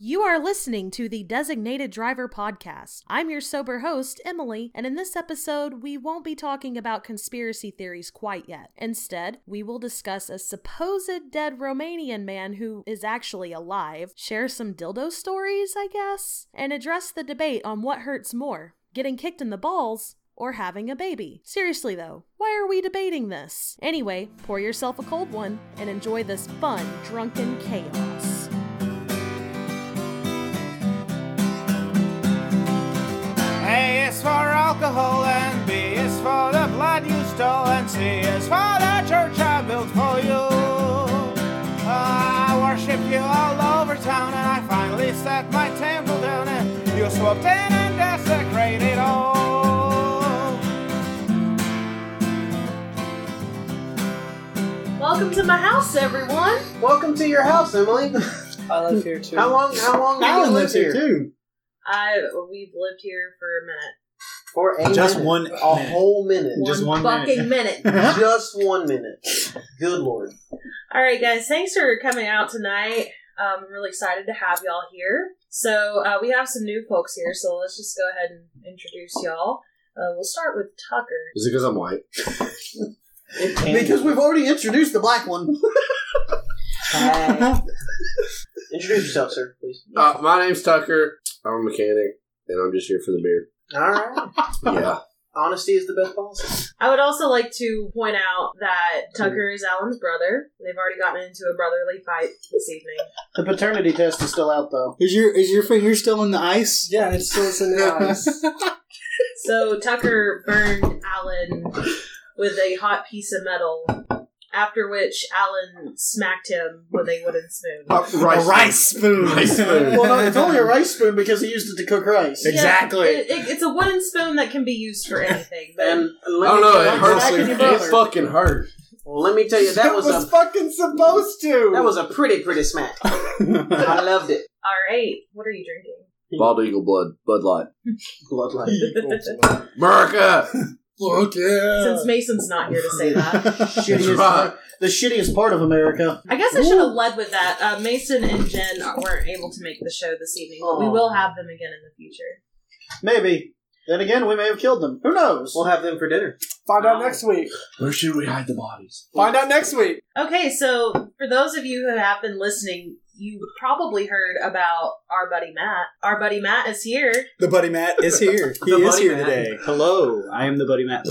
You are listening to the Designated Driver Podcast. I'm your sober host, Emily, and in this episode, we won't be talking about conspiracy theories quite yet. Instead, we will discuss a supposed dead Romanian man who is actually alive, share some dildo stories, I guess, and address the debate on what hurts more getting kicked in the balls or having a baby. Seriously, though, why are we debating this? Anyway, pour yourself a cold one and enjoy this fun, drunken chaos. A is for alcohol and B is for the blood you stole and C is for the church I built for you. Uh, I worship you all over town and I finally set my temple down and you swooped in and desecrated all. Welcome to my house, everyone! Welcome to your house, Emily. I live here too. How long? How long have you lived here? too. I we've lived here for a minute. For a Just minute. one a minute. whole minute. Just one, one fucking minute. Just one minute. Good lord. All right, guys, thanks for coming out tonight. Um, I'm really excited to have y'all here. So uh, we have some new folks here, so let's just go ahead and introduce y'all. Uh, we'll start with Tucker. Is it because I'm white? Because we've already introduced the black one. Hi. Introduce yourself, sir, please. Uh, my name's Tucker. I'm a mechanic, and I'm just here for the beer. All right. Yeah. Honesty is the best policy. I would also like to point out that Tucker is Alan's brother. They've already gotten into a brotherly fight this evening. The paternity test is still out, though. Is your is your finger still in the ice? yeah, it's still it's in the eyes. So Tucker burned Alan with a hot piece of metal, after which Alan smacked him with a wooden spoon. A rice spoon. Rice spoon. Well, no, it's only a rice spoon because he used it to cook rice. Yeah, Exactly. it- it- it's a wooden spoon that can be used for anything. But And I let don't me- know. Oh, It let- hurts. smacking your brother. It fucking hurt. Well, let me tell you, that was a fucking supposed to. that was a pretty pretty smack. I loved it. all right, what are you drinking? Bald eagle blood. Bud Light. Bloodline. America. Look Since Mason's not here to say that, Shittiest right. part, the shittiest part of America. I guess I should have led with that. Uh, Mason and Jen weren't able to make the show this evening, but we will have them again in the future. Maybe. Then again, we may have killed them. Who knows? We'll have them for dinner. Find out next week. Where should we hide the bodies? Find out next week. Okay, so for those of you who have been listening, you probably heard about our buddy Matt. Our buddy Matt is here. The buddy Matt is here. He The is Buddy here Matt. today. Hello, I am the buddy Matt.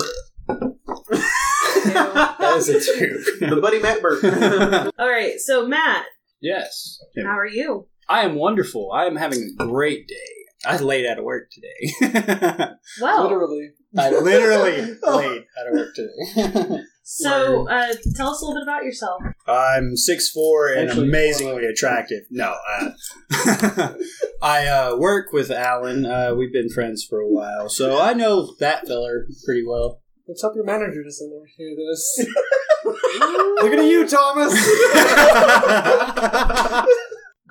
that is a two. the buddy Matt Burke. All right, so Matt, Yes. how are you? I am wonderful. I am having a great day. I laid out of work today. Well, Literally. I literally laid. Out of work today. so uh, tell us a little bit about yourself. I'm Six four and Actually, amazingly attractive. No, uh, I uh, work with Alan. Uh, we've been friends for a while, so I know that feller pretty well. Let's hope your manager doesn't hear this. look at you, Thomas.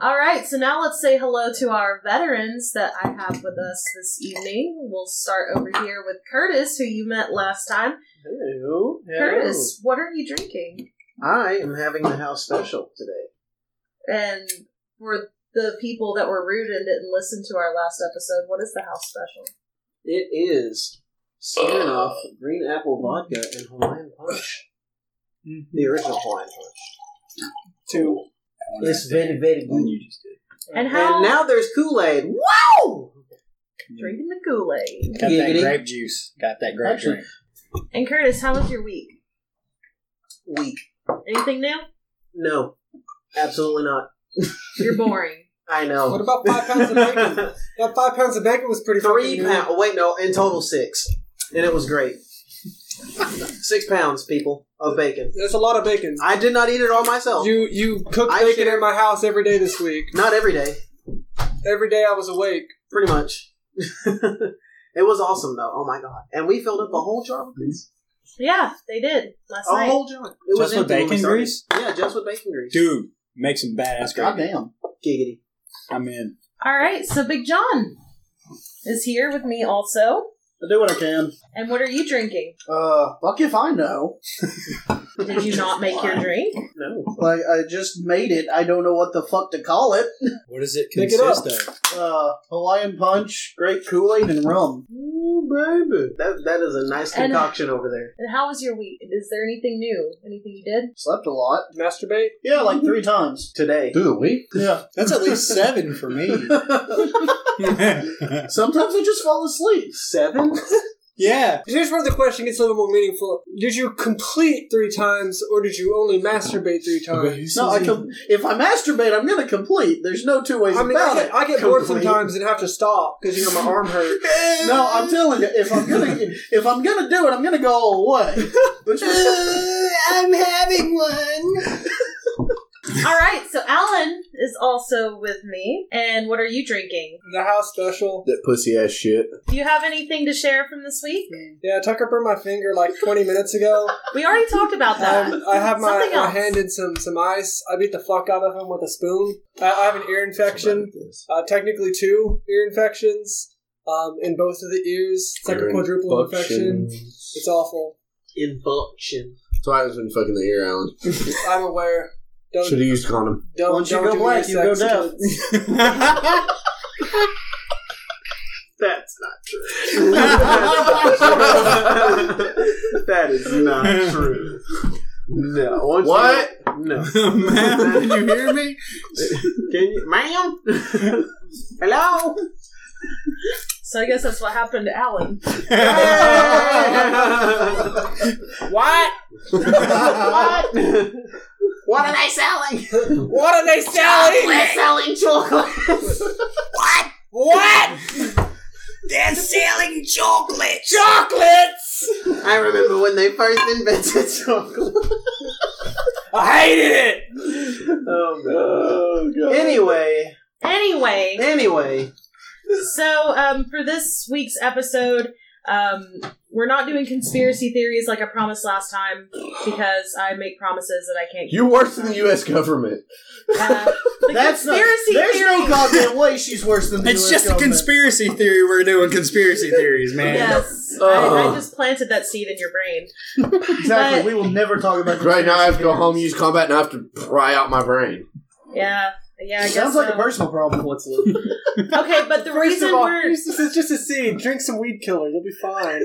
All right, so now let's say hello to our veterans that I have with us this evening. We'll start over here with Curtis, who you met last time. Hello. Curtis, what are you drinking? I am having the house special today. And for the people that were rude and didn't listen to our last episode, what is the house special? It is Smirnoff Green Apple Vodka and Hawaiian Punch. Mm-hmm. The original Hawaiian Punch. Two. It's very, very good. And how And now there's Kool-Aid. Wow! drinking the Kool Aid. Got that Giggity. grape juice. Got that grape Actually- drink. And Curtis, how was your week? Weak. Anything new? No. Absolutely not. You're boring. I What know. about five pounds of bacon? that five pounds of bacon was pretty Three fucking good. pounds. Wait, no. In total, six. And it was great. six pounds, people, of bacon. That's a lot of bacon. I did not eat it all myself. You you cooked I bacon share- in my house every day this week. Not every day. Every day I was awake. pretty much. it was awesome though. Oh my god! And we filled up a whole jar with grease. yeah, they did last A night. whole jar. It was Just with empty when we bacon started. grease? Yeah, just with bacon grease. Dude, make some badass grape. damn. Giggity. I'm in. All right, so Big John is here with me also. I do what I can. And what are you drinking? Uh, fuck if I know. Did you not make your drink? No. Like I just made it. I don't know what the fuck to call it. What does it Pick it up. consist of? Uh, Hawaiian punch, grape Kool Aid, and rum. Ooh, baby. That, that is a nice And- concoction over there. And how was your week? Is there anything new? Anything you did? Slept a lot. Masturbate? Yeah, like three times. Today. Through the week? Yeah. That's at least seven for me. Sometimes I just fall asleep. Seven? yeah. Here's where the question gets a little more meaningful. Did you complete three times, or did you only masturbate three times? No, I com- if I masturbate, I'm gonna complete. There's no two ways I mean, I about get, it. I get bored Complete. sometimes and have to stop because you know my arm hurts. No, I'm telling you, if I'm gonna if I'm gonna do it, I'm gonna go all the way. Which I'm having one. All right, so Alan is also with me. And what are you drinking? The house special. That pussy ass shit. Do you have anything to share from this week? Yeah, Tucker burned my finger like 20 minutes ago. We already talked about that. Um, I have my, Something my else. hand in some, some ice. I beat the fuck out of him with a spoon. I, I have an ear infection. Uh, technically, two ear infections um, in both of the ears. It's like a quadruple infection. It's awful. Involution. That's why I was in fucking the ear, Alan. I'm aware. Don't, Should have used condom. don't, Once you don't go do black, you go unisex deaf. kids. That's not true. that is not true. No. Once What? you- no. Oh, Man, can you hear me? Can you, ma'am? Hello. So I guess that's what happened to Alan. what? what? What are they selling? What are they selling? They're selling chocolates. what? What? They're selling chocolates. Chocolates. I remember when they first invented chocolate. I hated it! Oh god. Anyway, Anyway, anyway. so um, for this week's episode, um, we're not doing conspiracy theories like I promised last time because I make promises that I can't. You're worse than the U.S. government. Uh, the That's not, conspiracy there's theory. no goddamn way she's worse than the It's US just a government. conspiracy theory. We're doing conspiracy theories, man. Yes, I, I just planted that seed in your brain. Exactly. but- we will never talk about conspiracy Right now, I have to go theories. home, use combat, and I have to pry out my brain. Yeah, yeah. I guess Sounds like so. a personal problem. What's Luke? Okay, but the First reason of all, we're this is just a seed. Drink some weed killer. You'll be fine.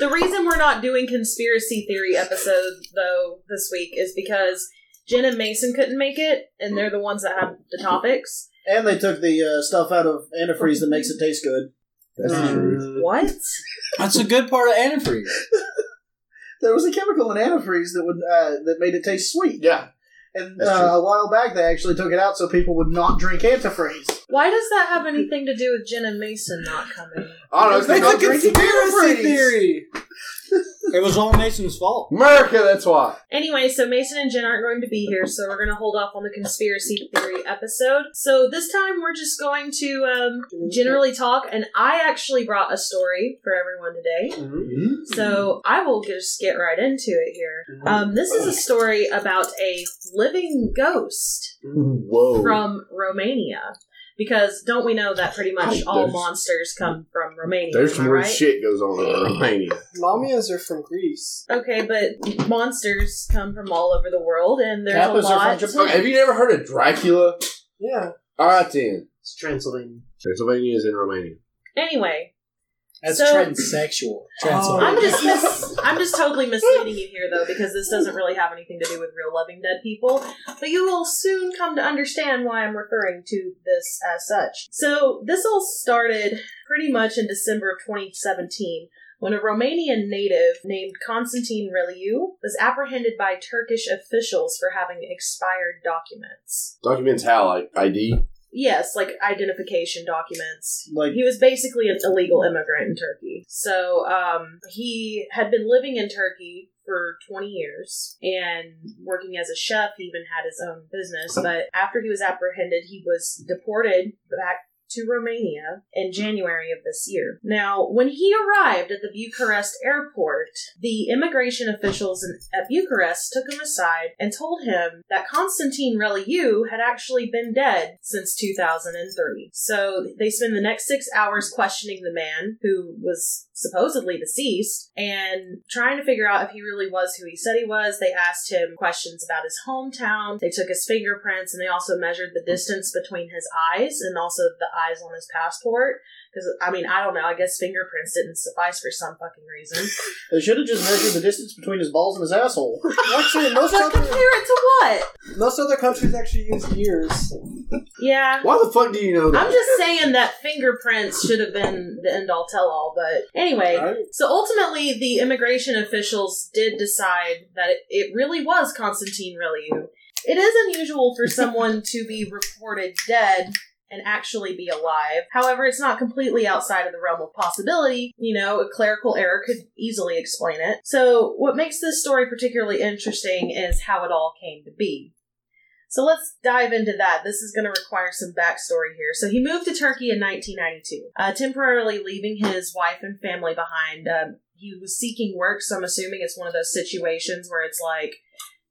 the reason we're not doing conspiracy theory episode though this week is because Jen and Mason couldn't make it, and they're the ones that have the topics. and they took the uh, stuff out of antifreeze that makes it taste good. That's Um, What? That's a good part of antifreeze. There was a chemical in antifreeze that would uh, that made it taste sweet. Yeah. And That's true. uh, a while back, they actually took it out so people would not drink antifreeze. Why does that have anything to do with Jen and Mason not coming? I don't know. They It's took because- it- Conspiracy theory! It was all Mason's fault. America, that's why. Anyway, so Mason and Jen aren't going to be here, so we're going to hold off on the conspiracy theory episode. So this time we're just going to um, generally talk, and I actually brought a story for everyone today. Mm-hmm. So I will just get right into it here. Um, this is a story about a living ghost Whoa. from Romania. Because don't we know that pretty much Oh, all there's- monsters come from Romania? There's am I more right? shit goes on in Romania. Lamias are from Greece. Okay, but monsters come from all over the world, and there's Kappas a are lot. from Japan. Okay, have you never heard of Dracula? Ah, Yeah. All right, then. It's Transylvania. Transylvania is in Romania. Anyway, That's So- transsexual. Transsexual. I'm just mis- I'm just totally misleading you here though because this doesn't really have anything to do with real loving dead people, but you will soon come to understand why I'm referring to this as such. So this all started pretty much in December of 2017 when a Romanian native named Constantine Reliu was apprehended by Turkish officials for having expired documents. Documents how? Like ID? Yes, like identification documents. Like He was basically an illegal immigrant in Turkey. So um, he had been living in Turkey for 20 years and working as a chef. He even had his own business. But after he was apprehended, he was deported back to Romania in January of this year. Now, when he arrived at the Bucharest airport, the immigration officials in, at Bucharest took him aside and told him that Constantine Reliu had actually been dead since 2003. So they spend the next six hours questioning the man who was supposedly deceased and trying to figure out if he really was who he said he was. They asked him questions about his hometown, they took his fingerprints, and they also measured the distance between his eyes and also the eyes on his passport. Because, I mean, I don't know, I guess fingerprints didn't suffice for some fucking reason. They should have just measured the distance between his balls and his asshole. Actually, most But compare other, it to what? most other countries actually use years. Yeah. Why the fuck do you know that? I'm just saying that fingerprints should have been the end all tell all, but anyway. So ultimately, the immigration officials did decide that it, it really was Constantine Reliu. It is unusual for someone to be reported dead and actually be alive. However, it's not completely outside of the realm of possibility. You know, a clerical error could easily explain it. So, what makes this story particularly interesting is how it all came to be. So let's dive into that. This is going to require some backstory here. So he moved to Turkey in 1992, uh, temporarily leaving his wife and family behind. Um, he was seeking work, so I'm assuming it's one of those situations where it's like,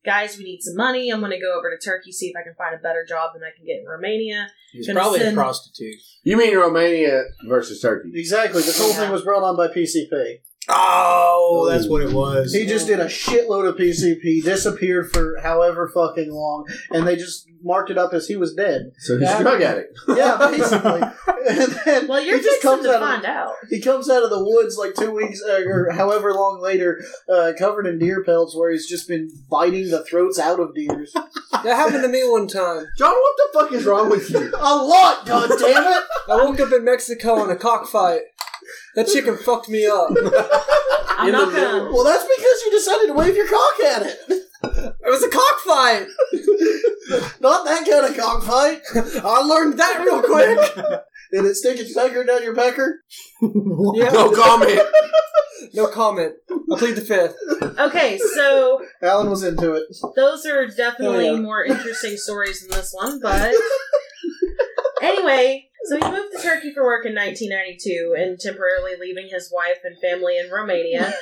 guys, we need some money. I'm going to go over to Turkey, see if I can find a better job than I can get in Romania. He's Gonna probably a send- prostitute. You mean Romania versus Turkey? Exactly. This whole Yeah. thing was brought on by PCP. Oh, that's what it was. He just did a shitload of PCP, disappeared for however fucking long, and they just marked it up as he was dead. So he's a Yeah. drug addict. Yeah, basically. and then Well, you're he just fixing comes to out. find Of, out. he comes out of the woods like two weeks uh, or however long later, uh, covered in deer pelts, where he's just been biting the throats out of deers. That happened to me one time. John, what the fuck is wrong with you? a lot, god damn it! I woke up in Mexico in a cockfight. That chicken fucked me up. It I'm not going to. Well, that's because you decided to wave your cock at it. was a cockfight. Not that kind of cockfight. I learned that real quick. Did it stick its pecker down your pecker? Yeah, No comment. no comment. I plead the fifth. Okay, so Alan was into it. those are definitely Oh, yeah. more interesting stories than this one, but anyway, so he moved to Turkey for work in 1992 and temporarily leaving his wife and family in Romania.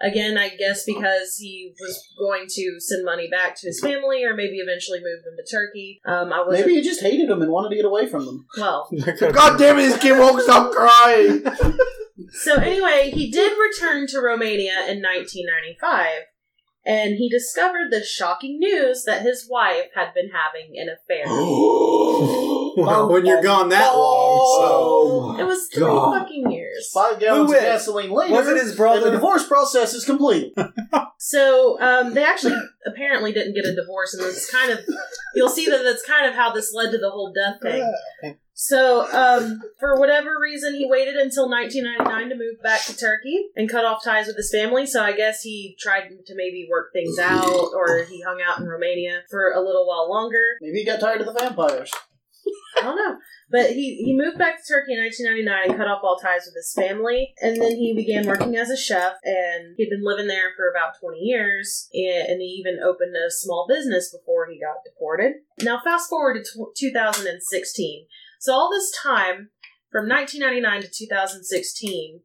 Again, I guess because he was going to send money back to his family or maybe eventually move them to Turkey. Um, I wasn't Maybe you just hated them and wanted to get away from them. well. God damn it, this kid won't stop crying. So anyway, he did return to Romania in 1995 and he discovered the shocking news that his wife had been having an affair. well, when you're gone that long, so It was three God. fucking years. Five gallons of is? gasoline later, Was it his and the brother? divorce process is complete. So um, they actually apparently didn't get a divorce, and that's kind of you'll see that that's kind of how this led to the whole death thing. So um, for whatever reason, he waited until 1999 to move back to Turkey and cut off ties with his family. So I guess he tried to maybe work things out, or he hung out in Romania for a little while longer. Maybe he got tired of the vampires. I don't know. But he, he moved back to Turkey in 1999 and cut off all ties with his family. And then he began working as a chef, and he'd been living there for about 20 years. And and he even opened a small business before he got deported. Now, fast forward to tw 2016. So, all this time, from 1999 to 2016,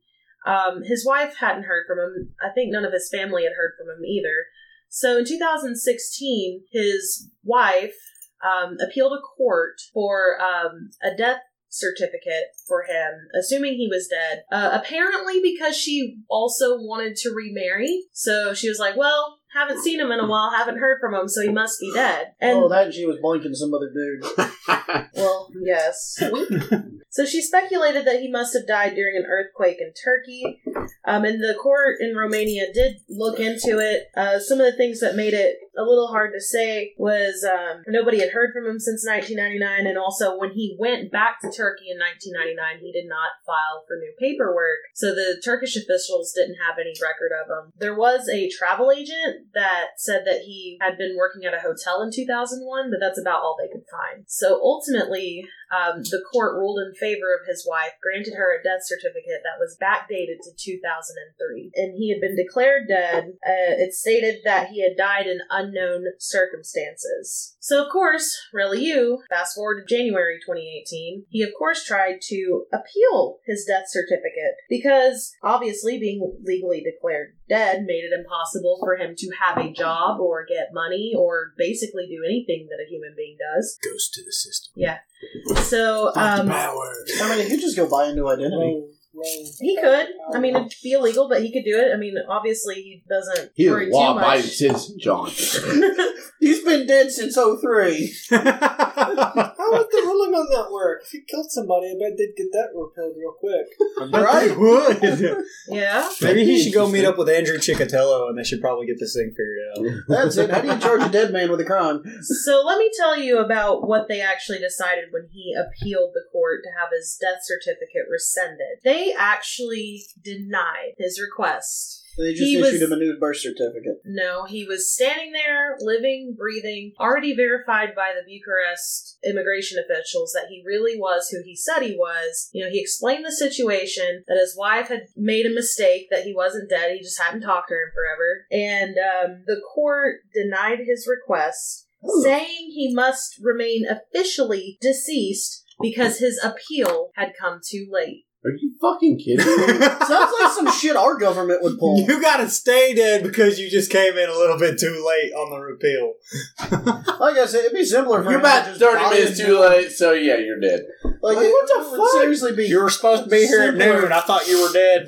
um, his wife hadn't heard from him. I think none of his family had heard from him either. So, in 2016, his wife um, appealed a court for um, a death certificate for him, assuming he was dead. Uh, apparently, because she also wanted to remarry, so she was like, "Well, haven't seen him in a while, haven't heard from him, so he must be dead." And oh, that and she was blinking some other dude. well, yes. so she speculated that he must have died during an earthquake in Turkey. Um, and the court in Romania did look into it. Uh, some of the things that made it a little hard to say was um, nobody had heard from him since 1999. And also, when he went back to Turkey in 1999, he did not file for new paperwork. So the Turkish officials didn't have any record of him. There was a travel agent that said that he had been working at a hotel in 2001, but that's about all they could find. So ultimately, Um, the court ruled in favor of his wife, granted her a death certificate that was backdated to 2003, and he had been declared dead. Uh, it stated that he had died in unknown circumstances. So, of course, Reliu, fast forward to January 2018, he of course tried to appeal his death certificate because obviously being legally declared dead made it impossible for him to have a job or get money or basically do anything that a human being does. Goes to the system. Yeah. So, um, I mean, he could just go buy a new identity. he could. I mean, it'd be illegal, but he could do it. I mean, obviously, he doesn't He's worry a too law abiding much. citizen, John. Oh. He's been dead since 03. How would the ruling on that work? If he killed somebody, I bet they'd get that repealed real quick. Right? Would. Yeah. Maybe he should go meet up with Andrew Chicatello, and they should probably get this thing figured out. That's it. How do you charge a dead man with a crime? So let me tell you about what they actually decided when he appealed the court to have his death certificate rescinded. They actually denied his request. They just He issued was- him a new birth certificate. No, he was standing there, living, breathing, already verified by the Bucharest immigration officials that he really was who he said he was. You know, he explained the situation that his wife had made a mistake, that he wasn't dead, he just hadn't talked to her in forever. And um, the court denied his request, saying he must remain officially deceased because his appeal had come too late. Are you fucking kidding me? Sounds like some shit our government would pull. you gotta stay dead because you just came in a little bit too late on the repeal. Like I said, it'd be simpler for You're him to about just 30 buy minutes a too new- late, so yeah, you're dead. Like, Like, it what the would fuck? seriously be. You were supposed to be here at Simpler. noon. I thought you were dead.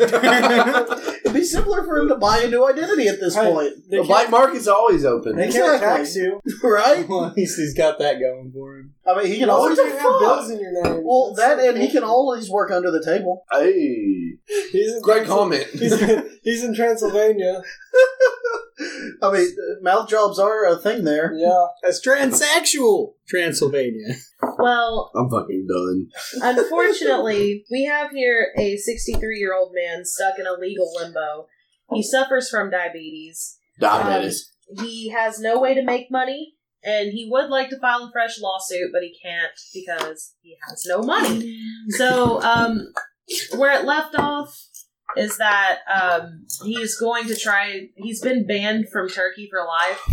It'd be simpler for him to buy a new identity at this Right. point. They the black market's always open. They Exactly. can't tax you. Right? Well, he's- he's got that going for him. I mean, he can Well, always. you have bills in your name. Well, that That's- and he can always work under the table. Hey, He's in great Transy- comment. He's in, he's in Transylvania. I mean, mouth jobs are a thing there. Yeah. That's transsexual. Transylvania. Well, I'm fucking done. Unfortunately, we have here a 63 year old man stuck in a legal limbo. He suffers from diabetes. Diabetes. He has no way to make money, and he would like to file a fresh lawsuit, but he can't because he has no money. So, um, where it left off is that um, he's going to try. He's been banned from Turkey for life,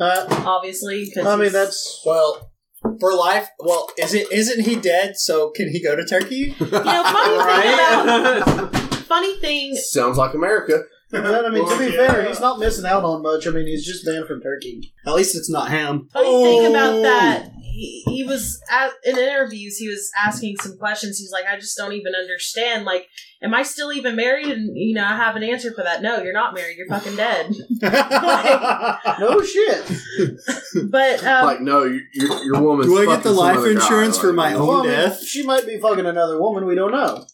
Uh, obviously. 'cause I mean, he's- that's Well, for life. Well, is it isn't he dead? So can he go to Turkey? you know funny thing about funny thing. Sounds like America. But, I mean, to be fair, he's not missing out on much. I mean, he's just banned from Turkey. At least it's not him. Funny thing about that, he, he was at, in interviews. He was asking some questions. He's like, I just don't even understand. Like, am I still even married? And you know, I have an answer for that. No, you're not married. You're fucking dead. Oh, No shit. But um, like, no, you- your, your woman's. Do I get fucking the some life other guy, insurance for like- my own Well, I mean, death? she might be fucking another woman. We don't know.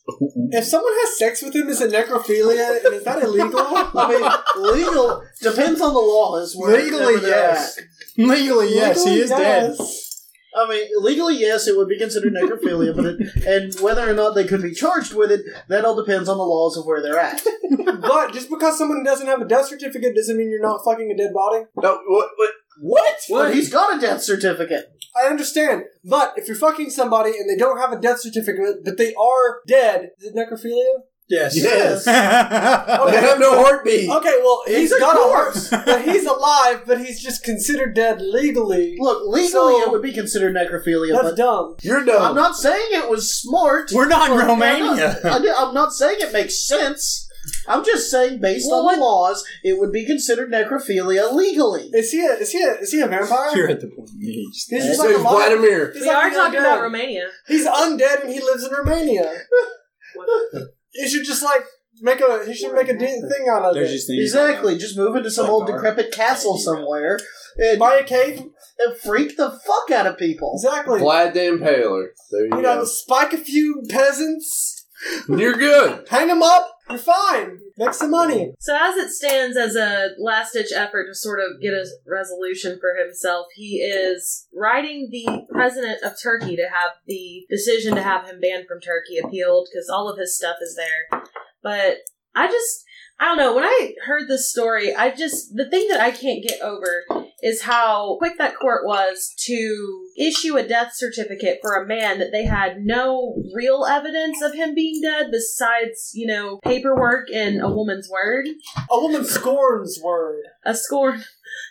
If someone has sex with him, is it necrophilia? and is that illegal? I mean, Legal depends on the laws. where- Legally, wherever they're yes. at. Legally, yes, he legally, is dead. yes. I mean, legally, yes, it would be considered necrophilia, but it, and whether or not they could be charged with it, that all depends on the laws of where they're at. But just because someone doesn't have a death certificate doesn't mean you're not fucking a dead body. No, what? what what? But he's got a death certificate. I understand, but if you're fucking somebody and they don't have a death certificate, but they are dead, is it necrophilia? Yes. Yes. They Okay. have no heartbeat. Okay, well he's a got corpse. a heart, but he's alive, but he's just considered dead legally. Look, legally, So- it would be considered necrophilia, That's but dumb. You're I'm done. not saying it was smart. We're not in Look, Romania. I'm not, I- I'm not saying it makes sense. I'm just saying, based Well, on what- the laws, it would be considered necrophilia legally. Is he a is he a is he a vampire? You're at the point. you need to He's stop. just So like he's a lot- Vladimir. he's we like are an talking undead. about Romania. He's undead and he lives in Romania. You should just like make a he should make a de- thing out of There's it. just things Exactly. Just move into some old decrepit castle somewhere and, Buy a cave, and freak the fuck out of people. exactly. Vlad Dan Paler. There you, You know, spike a few peasants. go. You're good. Hang them up. You're fine. Make some money. So, as it stands, as a last ditch effort to sort of get a resolution for himself, he is writing the president of Turkey to have the decision to have him banned from Turkey appealed because all of his stuff is there. But I just, I don't know. When I heard this story, I just the thing that I can't get over is how quick that court was to issue a death certificate for a man that they had no real evidence of him being dead besides, you know, paperwork and a woman's word. A woman scorns word. A scorn.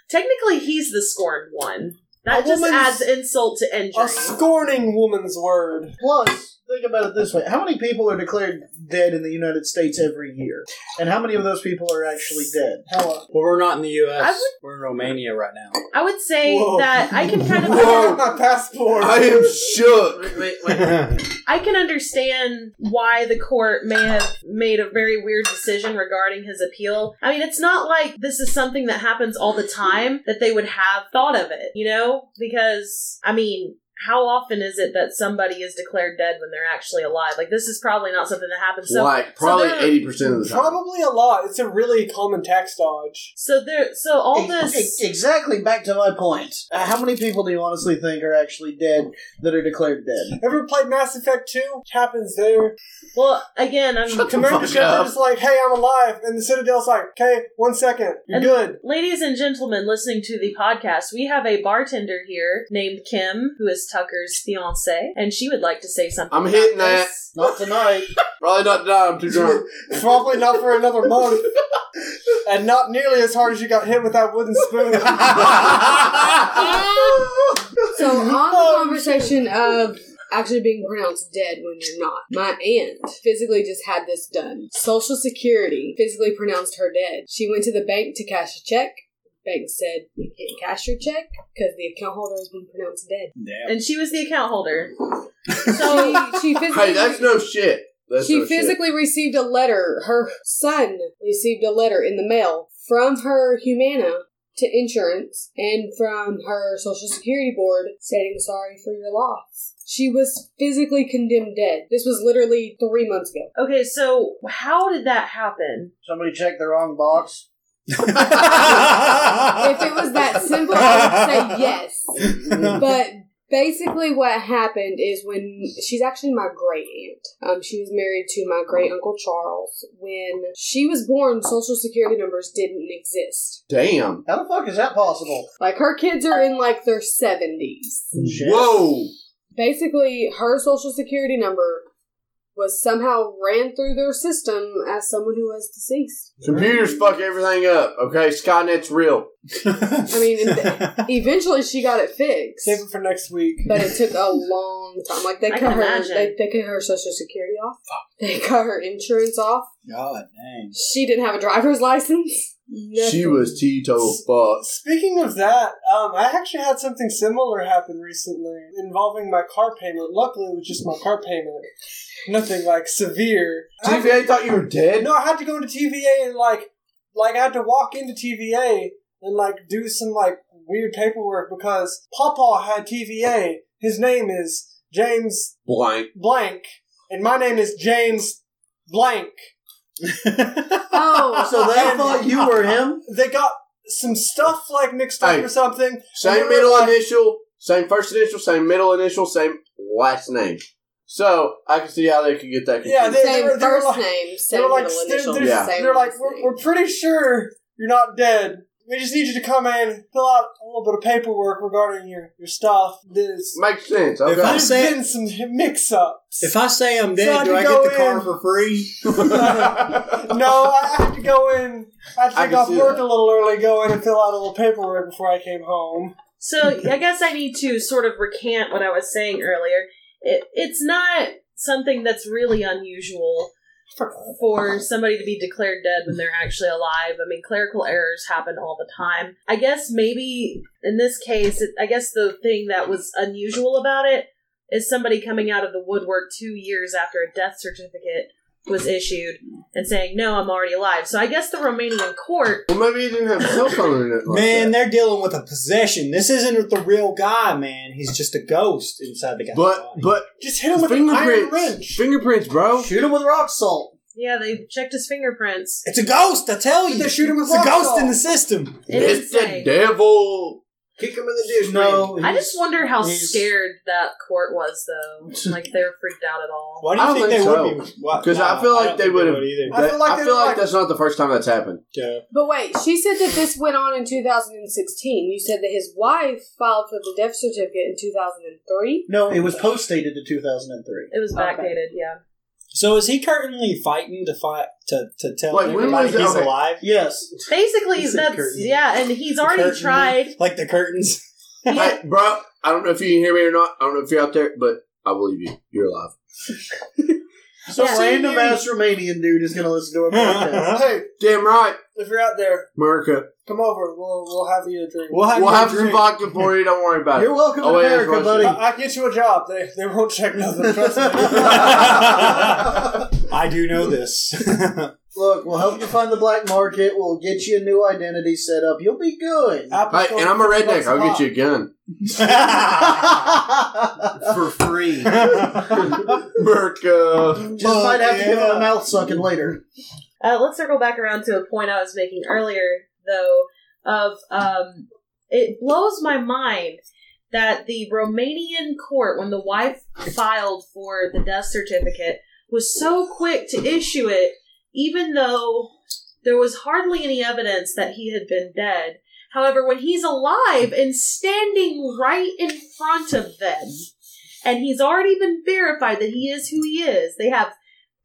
Technically, he's the scorned one. That A just woman's- adds insult to injury. A scorning woman's word. Plus, think about it this way: How many people are declared dead in the United States every year, and how many of those people are actually dead? Hella. Well, we're not in the I U.S. would- We're in Romania right now. I would say Whoa. that I can kind of Whoa, my passport. I am shook. Wait, wait. I can understand why the court may have made a very weird decision regarding his appeal. I mean, it's not like this is something that happens all the time that they would have thought of it, you know? Because, I mean, how often is it that somebody is declared dead when they're actually alive? Like, this is probably not something that happens. So, like probably there- eighty percent of the time. Probably a lot. It's a really common tax dodge. so there, so all E- this. e- exactly back to my point. Uh, How many people do you honestly think are actually dead that are declared dead? Ever played Mass Effect 2? It happens there. Well, again, I'm. Commander Shepard's like, hey, I'm alive. And the Citadel's like, okay, one second. You're And- good. Ladies and gentlemen listening to the podcast, we have a bartender here named Kim, who is Tucker's fiance, and she would like to say something. I'm about hitting that. this. Not tonight. Probably not die. I'm too drunk. Probably not for another month. and not nearly as hard as you got hit with that wooden spoon. So on the conversation of actually being pronounced dead when you're not, my aunt physically just had this done. Social Security physically pronounced her dead. She went to the bank to cash a check. Bank said you can't cash your check because the account holder has been pronounced dead. and she was the account holder. So So she, she physically hey, that's no shit. That's she no shit. physically received a letter. Her son received a letter in the mail from her Humana to insurance and from her Social Security board stating sorry for your loss. She was physically condemned dead. This was literally three months ago. okay, so how did that happen? Somebody checked the wrong box. If it was that simple, I would say yes. But basically, what happened is when she's actually my great aunt. Um, she was married to my great uncle Charles. When she was born, Social Security numbers didn't exist. Damn. How the fuck is that possible? Like her kids are in like their seventies. Shit. Whoa. Basically, her social security number was somehow ran through their system as someone who was deceased. Computers fuck everything up. Okay, Skynet's real. I mean, Eventually, she got it fixed, Save it for next week. but it took a long time. Like they I cut can her, imagine. they, they cut her social security off. They cut her insurance off. God dang. She didn't have a driver's license. She Nothing. was teetotal fuck. Speaking of that, um, I actually had something similar happen recently involving my car payment. Luckily, it was just my car payment. Nothing like severe. I had to- TVA thought you were dead. no, I had to go into TVA and like, like I had to walk into TVA and like do some like weird paperwork because Papa had TVA. His name is James Blank. Blank, and my name is James Blank. Oh, So they thought you were him. They got some stuff like mixed up Hey. or something. Same middle initial, same first initial, same middle initial, same last name. So I can see how they could get that. Confused. Yeah, they, they same were, they were first like, name, same They were like, middle they're, initial, they're, Yeah. same they're like, last we're, name." we're pretty sure you're not dead. We just need you to come in, fill out a little bit of paperwork regarding your, your stuff. This makes sense. If I Okay. there's say- been some mix ups. If I say I'm So I dead, do could I go get the car in. for free? no, I had to go in. I had to I take can off see work that. a little early, go in and fill out a little paperwork before I came home. So I guess I need to sort of recant what I was saying earlier. It, it's not something that's really unusual for somebody to be declared dead when they're actually alive. I mean, clerical errors happen all the time. I guess maybe in this case, it, I guess the thing that was unusual about it is somebody coming out of the woodwork two years after a death certificate was issued and saying, "No, I'm already alive." So I guess the Romanian court Well, maybe he didn't have a cell phone in it. Like Man, that. they're dealing with a possession. This isn't the real guy, man. He's just a ghost inside the guy's but body. but Just hit him with an iron fingerprints, wrench. fingerprints, bro. Shoot him with rock salt. Yeah, they checked his fingerprints. it's a ghost, I tell you. They shoot him with it's a rock ghost salt. in the system. It is It's the insane. devil. Kick him in the dish. No, I he's- just wonder how he's- scared that court was, though. Like they were freaked out at all. Why do you I don't think, think they so. would be? why- Because no, I feel don't like they think would have. either. I feel like, they that's not the first time that's happened. Yeah. But wait, she said that this went on in 2016. You said that his wife filed for the death certificate in 2003. No, it was post dated to 2003. It was backdated, yeah. So is he currently fighting to fight to to tell Wait, when everybody was it- he's okay. alive? Yes. Basically, He said that's curtain. yeah, and he's already Curtain, tried. like the curtains. Hey, bro, I don't know if you can hear me or not. I don't know if you're out there, but I believe you. You're alive. Some Yeah. random ass Romanian dude is going to listen to our podcast. Hey, damn right, If you're out there, America. come over. We'll we'll have you a drink. We'll have, We'll you a have some drink. vodka for you. Don't worry about You're it. welcome Oh, to wait, it's America, Russian. buddy. I- I'll get you a job. They, they won't check nothing. Trust me. I do know this. Look, we'll help you find the black market. We'll get you a new identity set up. You'll be good. Hey, and I'm a redneck. I'll get you a gun for free, America. Just might have to give him yeah. a mouth sucking later. Uh, let's circle back around to a point I was making earlier, though. Of um, it blows my mind that the Romanian court, when the wife filed for the death certificate, was so quick to issue it, even though there was hardly any evidence that he had been dead. However, when he's alive and standing right in front of them, and he's already been verified that he is who he is, they have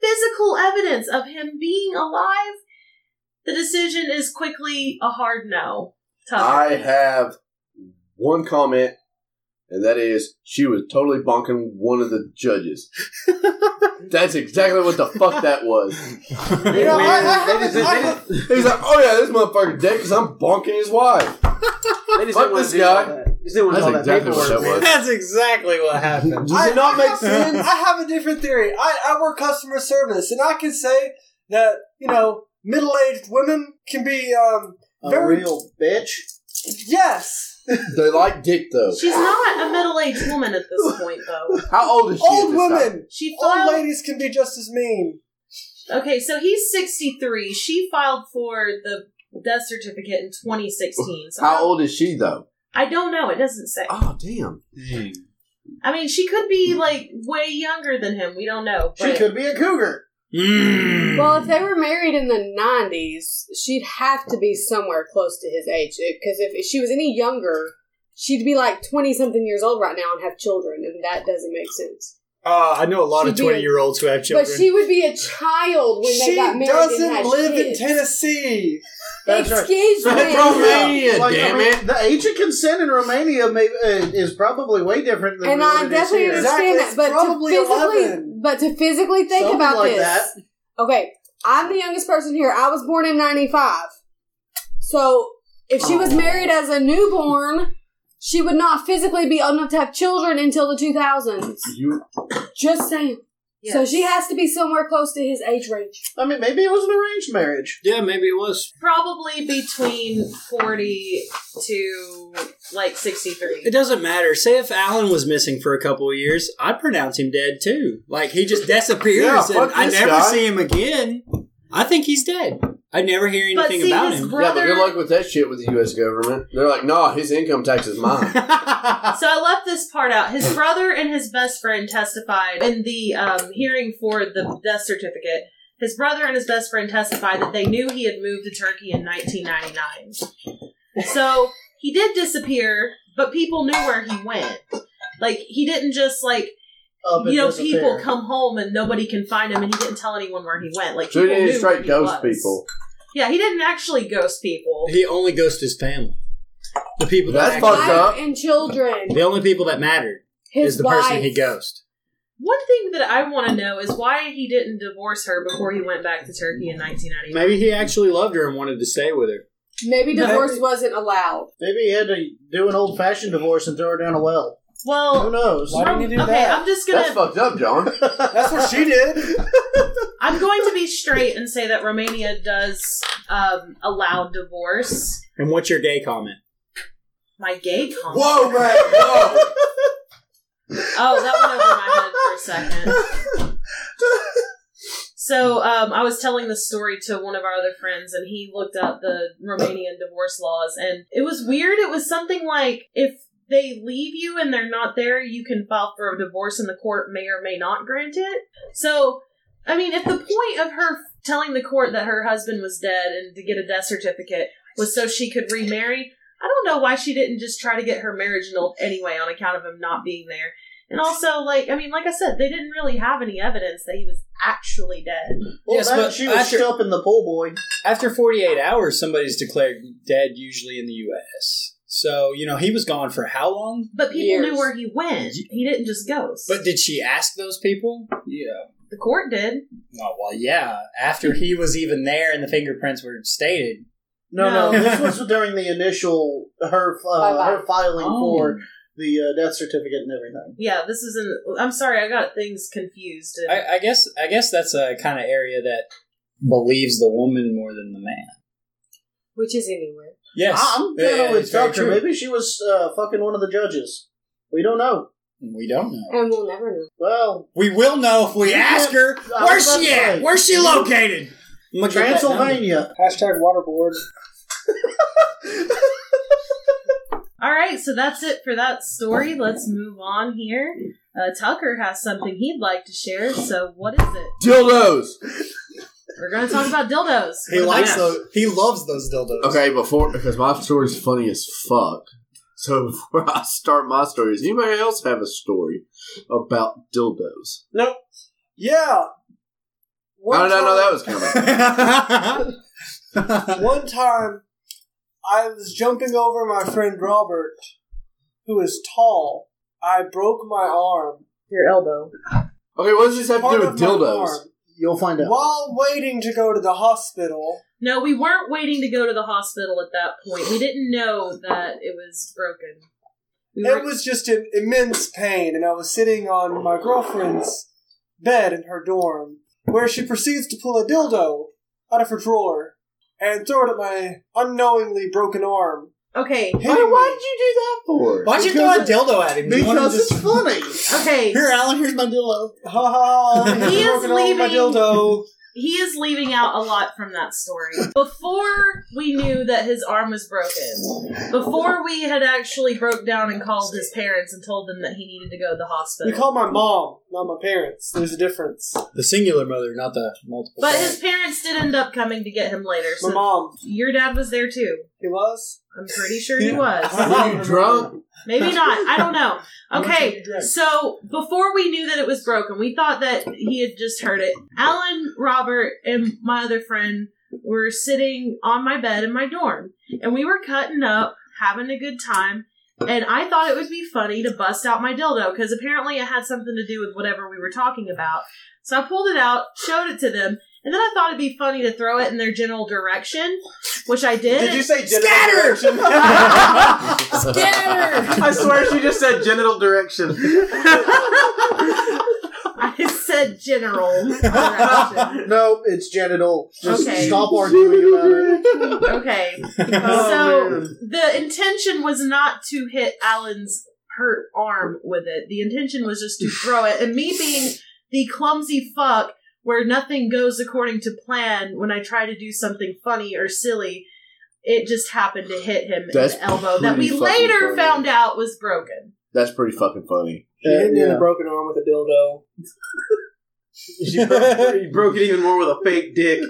physical evidence of him being alive, the decision is quickly a hard no. Tough. I have one comment, and that is she was totally bonking one of the judges. That's exactly what the fuck that was. You know, I, I They haven't, did- I, they haven't- He's like, oh yeah, this motherfucker dead because I'm bonking his wife. They just Fuck didn't wanna this do all guy. that. They just didn't wanna do all That's that exactly what that paperwork. was. That's exactly what happened. Does it not make I sense? have a different theory. I, I work customer service, and I can say that you know middle-aged women can be um A Very- real bitch. yes They like dick though. She's not a middle aged woman at this point, though. How old is she? old at this time? women. She Old filed. ladies can be just as mean. Okay, so he's 63. She filed for the death certificate in 2016. So How old is she though? I don't know. It doesn't say. Oh damn. I mean, she could be like way younger than him. We don't know. She but- could be a cougar. Well, if they were married in the 90s, she'd have to be somewhere close to his age. Because if she was any younger, she'd be like 20 something years old right now and have children, and that doesn't make sense. Uh, I know a lot She of did. twenty-year-olds who have children. But she would be a child when they She got married. and doesn't had live kids. in Tennessee. That's right. Excuse me. That's Romania, Like, damn I mean, it. The age of consent in Romania may, uh, is probably way different than and what I it is definitely here. Exactly, understand it's that, but to probably physically, 11. but to physically think Something about like this. that. Okay, I'm the youngest person here. I was born in '95, so if she was married as a newborn, she would not physically be old enough to have children until the 2000s. You Just saying. Yes. So she has to be somewhere close to his age range. I mean, maybe it was an arranged marriage. yeah, maybe it was. probably between 40 to like 63. It doesn't matter. Say if Alan was missing for a couple of years, I'd pronounce him dead too. Like he just disappears, Yeah, and fuck I this never guy. see him again. I think he's dead. I never hear But anything see, about his him. yeah, but brother. good luck with that shit with the U.S. government. They're like, nah, his income tax is mine. So I left this part out. His brother and his best friend testified in the um, hearing for the death certificate. His brother and his best friend testified that they knew he had moved to Turkey in 1999. So he did disappear, but people knew where he went. Like he didn't just like Up you in know this people affair. come home and nobody can find him, and he didn't tell anyone where he went. Like so he people didn't knew where straight he ghost was. people. Yeah, he didn't actually ghost people. he only goes to his family, the people that That's actually- fucked up. and children. The only people that mattered His is the wife. person he ghosted. One thing that I want to know is why he didn't divorce her before he went back to Turkey in 1999. Maybe he actually loved her and wanted to stay with her. Maybe No. divorce wasn't allowed. Maybe he had to do an old fashioned divorce and throw her down a well. Who Well, knows? Why didn't he do okay, that? I'm just That's gonna fucked up, John. That's what she did. I'm going to be straight and say that Romania does um, allow divorce. And what's your gay comment? My gay comment. Whoa, man! Whoa! Oh, that went over my head for a second. So, um, I was telling this story to one of our other friends, and he looked up the Romanian divorce laws, and it was weird. It was something like if they leave you and they're not there, you can file for a divorce, and the court may or may not grant it. So, I mean, if the point of her telling the court that her husband was dead and to get a death certificate was so she could remarry, I don't know why she didn't just try to get her marriage annulled anyway on account of him not being there. And also, like, I mean, like I said, they didn't really have any evidence that he was actually dead. Well, Yes, that- but she was after- stuffing the pool boy. After 48 hours, somebody's declared dead, usually in the U.S. So, you know, he was gone for how long? But people Years. knew where he went. He didn't just ghost. But did she ask those people? Yeah. the court did. Oh, well, yeah. After he was even there and the fingerprints were stated. No, no, No. this was during the initial her uh, her filing Oh. for the uh, death certificate and everything. Yeah, this is in. I'm sorry, I got things confused. And, I, I guess I guess that's a kind of area that believes the woman more than the man. Which is anywhere. Yes. I'm Yeah, gonna it's very instruct her. true. Maybe she was uh, fucking one of the judges. We don't know. We don't know. And we'll never know. Well, We will know if we ask her I was where's about she to at? say. Where's she located? I'm gonna get that number. Transylvania. Hashtag waterboard. All right, so that's it for that story. Let's move on here. Uh, Tucker has something he'd like to share. So what is it? Dildos. We're going to talk about dildos. He What likes about- those. He loves those dildos. Okay, before because my story's funny as fuck. So before I start my story, does anybody else have a story about dildos? Oh, Yeah. One I did not know time- that was coming. One time, I was jumping over my friend Robert, who is tall. I broke my arm. Your elbow. Okay, what does this have to Part do of with my dildos? arm. You'll find out. While waiting to go to the hospital, No, we weren't waiting to go to the hospital at that point. We didn't know that it was broken. We were, it was just an immense pain, and I was sitting on my girlfriend's bed in her dorm, where she proceeds to pull a dildo out of her drawer and throw it at my unknowingly broken arm. okay. Hitting me. Or- Why'd you throw a dildo at him? Do you want him Because to it's just- funny. Okay. Here, Alan. Here's my dildo. Ha ha! ha, He is broken arm, my leaving. dildo. he is leaving out a lot from that story. Before we knew that his arm was broken, before we had actually broke down and called his parents and told them that he needed to go to the We hospital. call my mom, not my parents. There's a difference. The singular mother, not the multiple. But his parents did end up coming to get him later. My So mom. your dad was there too. He was. I'm pretty sure he Yeah. was. Were you drunk? Maybe not. I don't know. How much did Okay, you drink? so before we knew that it was broken, we thought that he had just heard it. Alan, Robert, and my other friend were sitting on my bed in my dorm, and we were cutting up, having a good time. And I thought it would be funny to bust out my dildo because apparently it had something to do with whatever we were talking about. So I pulled it out, showed it to them, and then I thought it'd be funny to throw it in their general direction, which I did. Did you say genital Scatter! direction? I swear she just said genital direction. I said general direction. no, it's genital. Just Okay. stop arguing about it. Okay. Oh, so the intention was not to hit Alan's hurt arm with it. The intention was just to throw it. And me being the clumsy fuck where nothing goes according to plan when I try to do something funny or silly, it just happened to hit him That's in the elbow that we pretty fucking later funny. found out was broken. That's pretty fucking funny. He hit me in Yeah. the broken arm with a dildo. She broke, you broke it even more with a fake dick.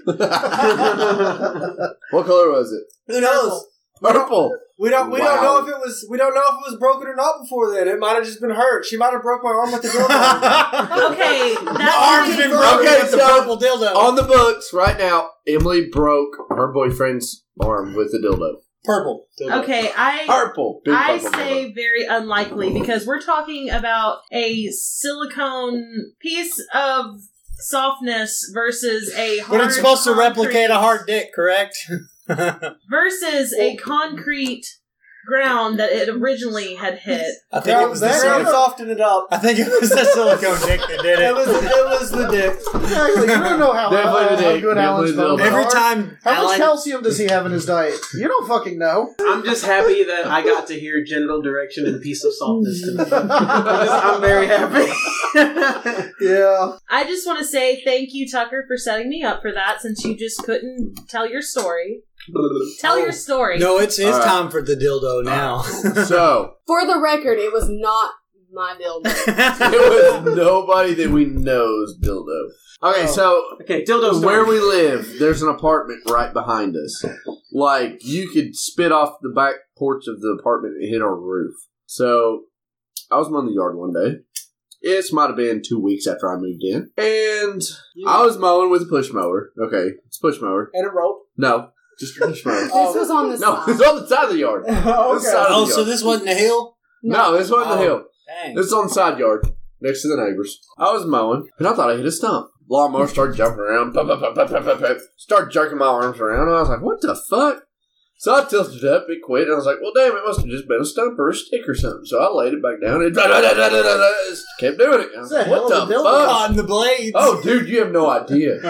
What color was it? Who knows? Purple. We don't. We Wow. don't know if it was. We don't know if it was broken or not before then. It might have just been hurt. She might have broke my arm with the dildo. Okay. The That arm's been Okay, broken with the so- purple dildo. On the books right now, Emily broke her boyfriend's arm with a dildo. purple. dildo. Okay, I Purple. Big I purple say very unlikely because we're talking about a silicone piece of softness versus a hard But it's supposed to concrete- replicate a hard dick, correct? versus a concrete ground that it originally had hit. I think it was the silicone. softened it up. I think it was the silicone dick that did It it. was it was the dick. Exactly. You don't know how, Definitely how, the how dick. good Definitely Alan's the bones elbow. Every are. time How much Alan- calcium does he have in his diet? You don't fucking know. I'm just happy that I got to hear genital direction and piece of softness tonight. I'm, just- I'm very happy. Yeah. I just want to say thank you, Tucker, for setting me up for that since you just couldn't tell your story. Tell your story. Oh, No, it's his Alright. time for the dildo now. So For the record, it was not my dildo. it was nobody that we know's dildo. Okay, so okay, dildo story. Where we live, there's an apartment right behind us. Like you could spit off the back porch of the apartment and hit our roof. So I was mowing the yard one day. It might have been two weeks after I moved in, and I was mowing with a push mower. Okay, it's a push mower. And a rope. No, just a push mower. This was on the No, side. it's on the side of the yard. This side of oh, the so yard. this wasn't a hill? no, this wasn't the Oh. hill. Dang. This is on the side yard, next to the neighbors. I was mowing, and I thought I hit a stump. Lawnmower started jumping around, pop, pop, pop, pop, pop, pop, pop. started jerking my arms around, and I was like, what the fuck? So I tilted it up, it quit, and I was like, well, damn, it must have just been a stump or a stick or something. So I laid it back down, and it just kept doing it. I was That's like, a what hell of the a dildo. fuck? on the blades. Oh, dude, you have no idea.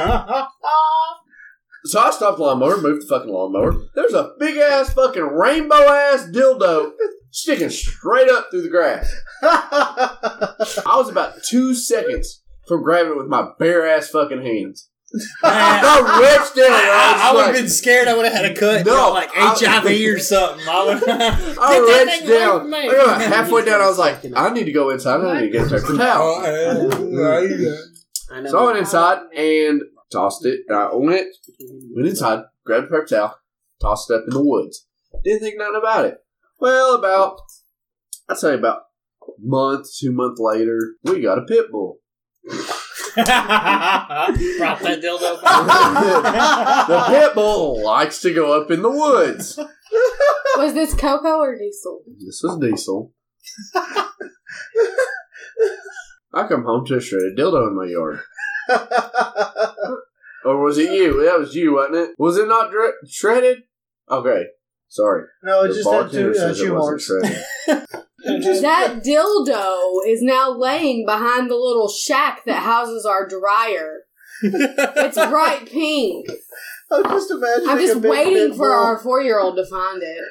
So I stopped the lawnmower, moved the fucking lawnmower. There's a big ass fucking rainbow ass dildo sticking straight up through the grass. I was about two seconds from grabbing it with my bare ass fucking hands. Man, I reached in and I, I, I would was have like, been scared. I would have had a cut. No, you know, like I- HIV or something. I would. Get I that reached thing away down. from me. I got about halfway down, I was like, I need to go inside. I need to get a paper towel. I know. So I went inside and tossed it. And I went, went inside, grabbed a paper towel, tossed it up in the woods. Didn't think nothing about it. Well, about I'd say about a month, two month later, we got a pit bull. Brought that dildo. back. the pit bull likes to go up in the woods. Was this Coco or Diesel? This was Diesel. I come home to a shredded dildo in my yard. or was it you? That was you, wasn't it? Was it not dre- shredded? Okay, sorry. no, it The just had bartender two uh, says it shoe wasn't marks. shredded. That dildo is now laying behind the little shack that houses our dryer. It's bright pink. I'm just imagining. I'm a just big waiting pit for bull. our four year old to find it.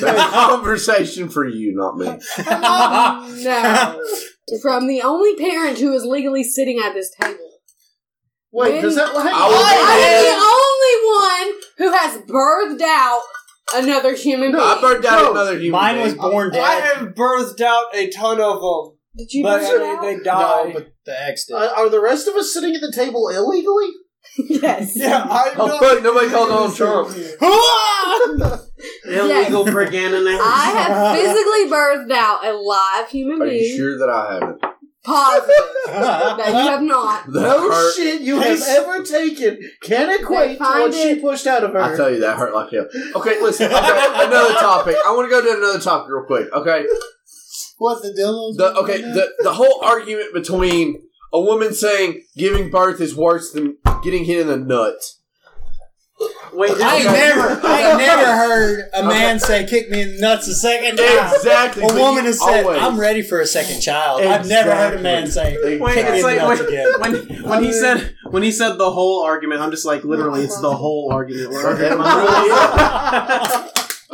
That's a conversation for you, not me. Oh, no. From the only parent who is legally sitting at this table. Wait, does that? Hang I on. was- I am the only one who has birthed out another human being. I burned down another human. Mine was being. born I dead. have birthed out a ton of them, Did you but birth it I out? mean, they died. No, but the ex did. Are, Uh, are the rest of us sitting at the table illegally? Yes. yeah, I Oh fuck! Nobody called Donald Trump. Illegal brigand in there. I have physically birthed out a live human Are you being. sure that I haven't? Positive that you have not. That no hurt. shit you have ever taken can equate to find what she it- pushed out of her. I tell you that hurt like hell. Okay, listen. Okay, another topic. I want to go to another topic real quick. Okay, what the dildos? the okay the the whole argument between a woman saying giving birth is worse than getting hit in the nut. Wait, this I ain't okay. never, I ain't never heard a man say "kick me in the nuts" a second time. Exactly. A but woman you has said, always- "I'm ready for a second child." I've never heard a man say, Exactly. Wait, "Kick me it's in the like nuts when, again." when when he said when he said the whole argument, I'm just like literally, it's the whole argument. We're Okay, arguing my about-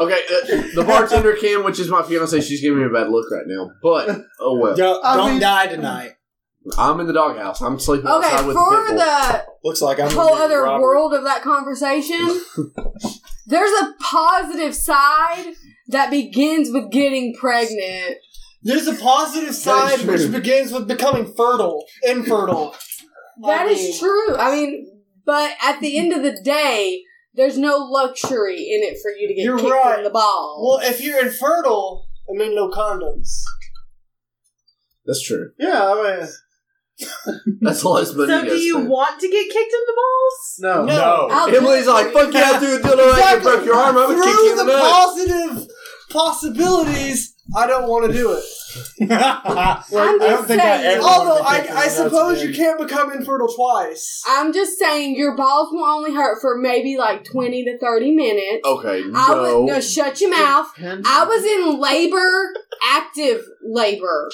Okay, uh, the bartender Kim, which is my fiance, she's giving me a bad look right now. But oh well, Don't, I don't mean- die tonight. I'm in the doghouse. I'm sleeping Okay, outside with the for pit bull. the Looks like I'm whole gonna be other Robert. world of that conversation, there's a positive side that begins with getting pregnant. There's a positive side which begins with becoming fertile, infertile. That I is mean- true. I mean, but at the end of the day, there's no luxury in it for you to get You're kicked right. in the ball. Well, if you're infertile, I mean, no condoms. That's true. yeah, I mean, That's Las Benitez. so do you thing. want to get kicked in the Oh, balls? no. I'll do Emily's it like, for you. fuck yeah, dude, dildo, I Exactly. broke your arm, I'm gonna kick Through you the in the nuts. positive possibilities, I don't want to do it. I'm just saying. Although I, I suppose you can't become infertile twice. I'm just saying your balls will only hurt for maybe like 20 to 30 minutes. Okay, I Oh, no. was no shut your mouth. I was in labor, active labor,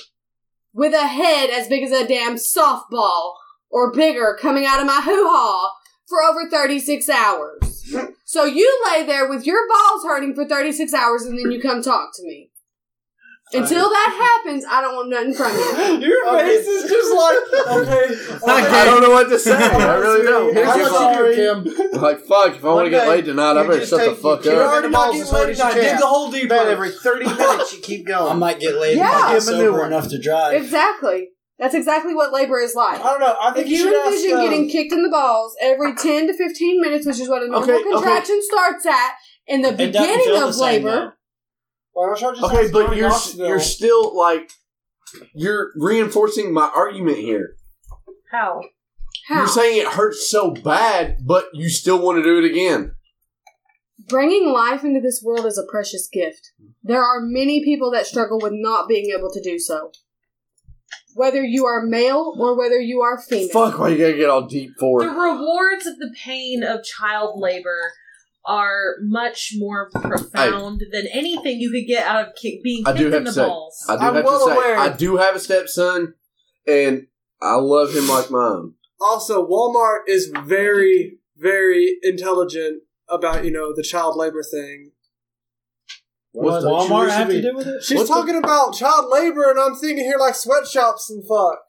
with a head as big as a damn softball or bigger coming out of my hoo ha for over thirty six hours. So you lay there with your balls hurting for thirty six hours, and then you come talk to me. Until that happens, I don't want nothing from you. Your face is just like okay. I don't know what to say. I really don't. How much you do, Kim? I'm like, fuck, if I want to get laid tonight, I better shut the fuck You're up. already not getting laid tonight. Dig the hole deeper. About every 30 minutes you keep going. I might get laid Yeah. if I Give get 'em a new sober one. enough to drive. Exactly. That's exactly what labor is like. I don't know. I think If you should ask, envision um, getting kicked in the balls every 10 to 15 minutes, which is what a normal Okay, okay. contraction starts at in the It doesn't beginning feel the of same, labor, Why don't y'all just Okay, ask but Johnny you're Knoxville? you're still like you're reinforcing my argument here. How? how? You're saying it hurts so bad, but you still want to do it again. Bringing life into this world is a precious gift. There are many people that struggle with not being able to do so. Whether you are male or whether you are female. Fuck, why you gotta get all deep for The it? rewards of the pain of child labor are much more profound than anything you could get out of ki- being I kicked do in have the to say, balls. I do I'm have well to say, aware. I do have a stepson, and I love him like mine. also Walmart is very very intelligent about you know the child labor thing. What What's the does Walmart choice have of to it? do with it? She's What's talking about child labor, and I'm thinking here like sweatshops and fuck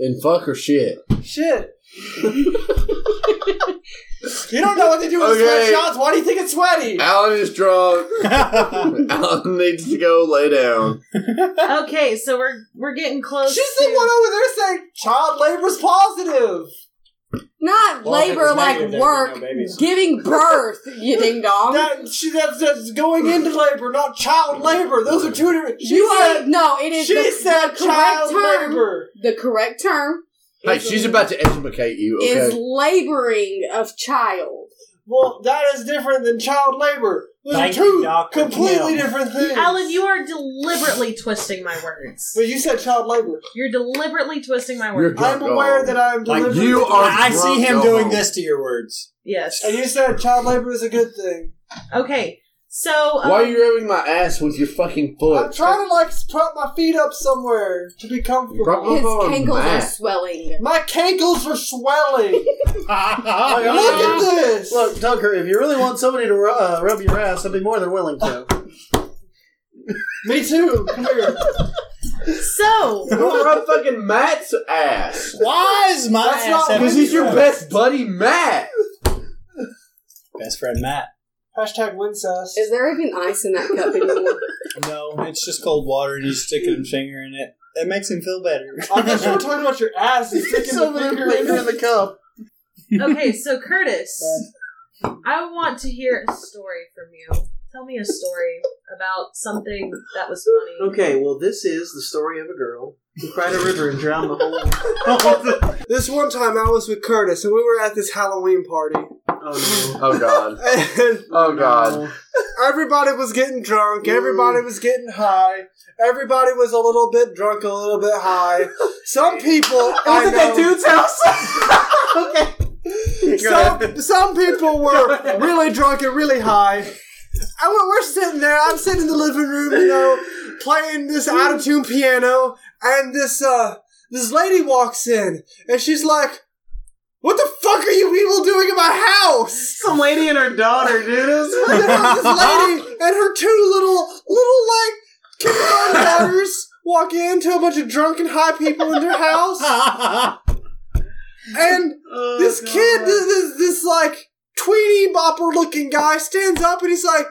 And fuck or shit. shit. you don't know what they do with Okay. sweatshops. Why do you think it's sweaty? Alan is drunk. Alan needs to go lay down. okay, so we're we're getting close. She's to, the one over there saying child labor's positive. Not Well, if it labor was like negative, there'd be work, no babies. giving birth, you ding dong. That she that's, that's going into labor, not child labor. Those are two different. She you are said, no, it is she the, said the correct child term. labor. The correct term Hey, she's about to educate you, is okay? laboring of child. Well, that is different than child labor. Those Thank are two you, Dr. completely Kim. different things. Alan, you are deliberately twisting my words. but you said child labor. You're deliberately twisting my You're words. drunk, I'm aware dog. that I am Like, deliberately. you are- I I see him Go doing home. this to your words. Yes. And you said child labor is a good thing. Okay. So um, Why are you rubbing my ass with your fucking uh, I'm foot? trying to like prop my feet up somewhere to be comfortable. Probably- His Oh, ankles are Matt. swelling. my cankles are swelling. Like, Look at this. Look, Tucker, if you really want somebody to ru- uh, rub your ass, I'd be more than willing to. me too. Come here. so You wanna rub fucking Matt's ass. Why is my That's ass not- having Because he's your sex? best buddy, Matt. best friend, Matt? Hashtag wincest. Is there even ice in that cup anymore? No, it's just cold water, and he's sticking his finger in it. That makes him feel better. I thought you were talking about your ass and sticking the Some of them finger finger in in the cup. okay, so Curtis, I want to hear a story from you. Tell me a story about something that was funny. Okay, well, this is the story of a girl who cried a river and drowned the whole. it. This one time I was with Curtis and we were at this Halloween party. Oh Oh, God. And Oh, God. everybody was getting drunk, everybody was getting high, everybody was a little bit drunk, a little bit high. Some people I know, house. okay. some, some people were really drunk and really high. And we're, we're sitting there. I'm sitting in the living room, you know, playing this out of tune piano, and this uh this lady walks in, and she's like, "What the fuck are you people doing in my house?" Some lady and her daughter, dude. It was- And there was this lady and her two little little like kindergarten daughters walk into a bunch of drunken high people in their house, and Oh, this kid, this, this this like tweety bopper looking guy, stands up and he's like,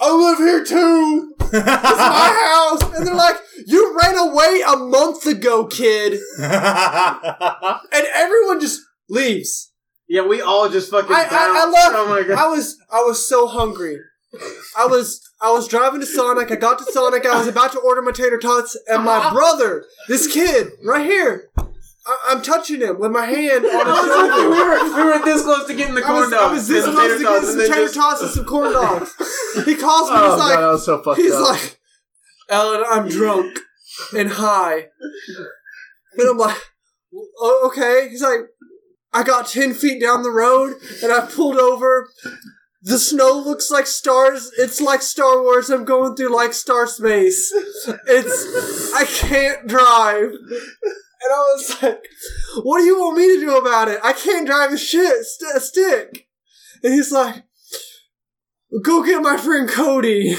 "I live here too. It's my house." And they're like, "You ran away a month ago, kid," and everyone just leaves. yeah, we all just fucking. I- I- I bounced. love- Oh my god. I was I was so hungry. I was I was driving to Sonic. I got to Sonic. I was about to order my tater tots, and Uh-huh. my brother, this kid right here, I, I'm touching him with my hand on his shoulder. we, were, we were this close to getting the I corn was, dogs. I was this and the close to getting tater tots, some and then tater just- tots and some corn dogs. He calls me. Oh, He's God, I like, was so fucked he's up. like, Ellen, I'm drunk and high. And I'm like, "Oh, okay. He's like, I got 10 feet down the road and I pulled over. The snow looks like stars. It's like Star Wars. I'm going through like star space. It's, I can't drive. And I was like, what do you want me to do about it? I can't drive a shit, st- a stick. And he's like, go get my friend Cody.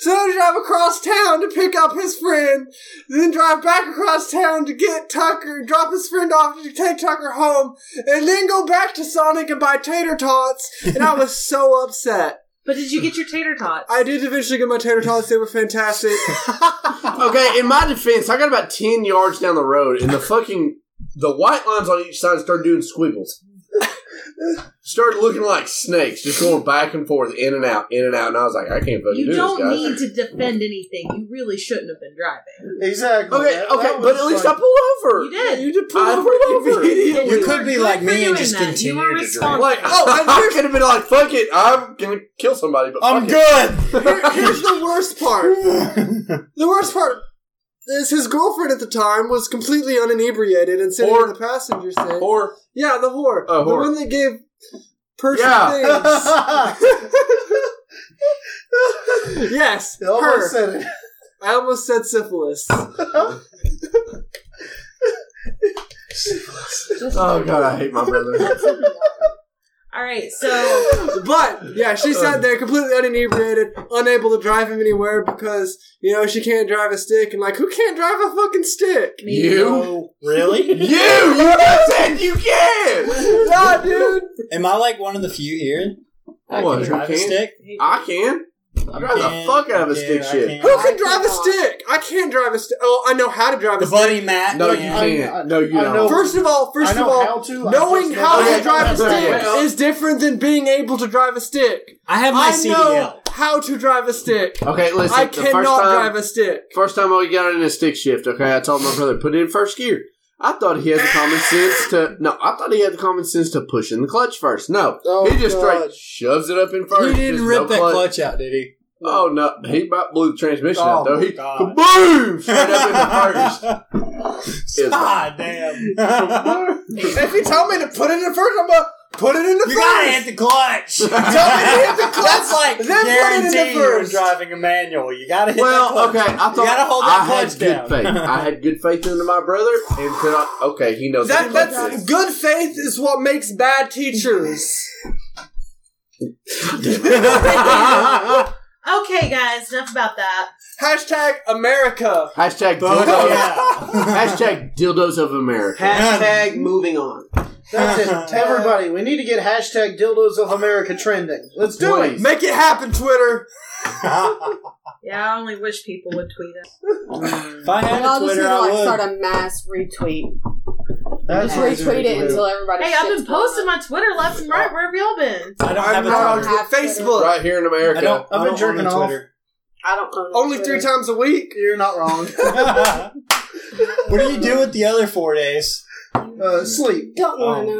So I drive across town to pick up his friend, then drive back across town to get Tucker, drop his friend off to take Tucker home, and then go back to Sonic and buy tater tots. And I was so upset. But did you get your tater tots? I did eventually get my tater tots. They were fantastic. Okay, in my defense, I got about ten yards down the road, and the fucking the white lines on each side started doing squiggles. started looking like snakes, just going back and forth, in and out, in and out. And I was like, I can't fucking You do don't this, guys. need to defend anything. You really shouldn't have been driving. Exactly. okay, That- okay, that but was at least like- I pull over. You did. you did pull I over. pulled over. immediately. You could be Good like for me and doing just that. You continue were to drink. responsible. Like, Oh, oh, and I here's- could have been like, fuck it, I'm gonna kill somebody, but I'm fuck it. good. Here- here's the worst part. The worst part is his girlfriend at the time was completely uninebriated and sitting Whore. in the passenger seat. Or Yeah, the whore. Oh, the whore. one that gave person Yeah. things. yes, I almost her. said it. I almost said syphilis. oh god, I hate my brother. All right, so But yeah, she sat there completely uninebriated, unable to drive him anywhere because you know she can't drive a stick, and like who can't drive a fucking stick? you, really? you, you just said you can. Yeah, dude. Am I like one of the few here? I What, can who drive a can? stick. I can. I drive the can, fuck out of a yeah, stick I shit. can. Who can I drive a cannot. stick? I can't drive a stick. Oh, I know how to drive The a stick. buddy Matt. No, you yeah. can't. I- no, you I don't. know- First of all, I first of know all, how to. I Knowing just how know to Okay. drive a stick Yeah. is different than being able to drive a stick. I have my I CDL. know how to drive a stick. Okay, listen. I the first cannot time- drive a stick. First time I got in a stick shift, okay, I told my brother put it in first gear. I thought he had the common sense to no. I thought he had the common sense to push in the clutch first. No, Oh, he just God. straight shoves it up in first. He didn't There's rip no that clutch out, did he? Oh no, he about blew the transmission out Oh, though. He God. boom straight up in first. Is- God Ah, damn. you got If you tell me to put it in first, I'm gonna put it in the to hit the clutch. Tell me to hit the clutch, That's like then put it in the guaranteeing you're first. driving a manual. You got to hit the Well, clutch. okay, I thought gotta hold that I had clutch good down. faith. I had good faith into my brother, and could I, okay, he knows That, how to clutch that's is. good faith is what makes bad teachers. okay, guys, enough about that. Hashtag America. Hashtag Fuck dildos. yeah. Hashtag dildos of America. Hashtag moving on. That's it. Everybody, we need to get hashtag dildos of America trending. Let's do it. Please. Make it happen, Twitter. Yeah, I only wish people would tweet us. Find We out all on just need Twitter, to I like would. start a mass retweet. That's Just what we do. retweet it until everybody. Hey, I've shits been posting on it. on Twitter left and right. Where have y'all been? I don't I'm have a not on Twitter. Twitter. Facebook. Right here in I America. don't, I I've been don't own jerking a off. Twitter. I don't own Only three times a week. You're not wrong. what do you do with the other four days? Uh, sleep. Don't want to Oh.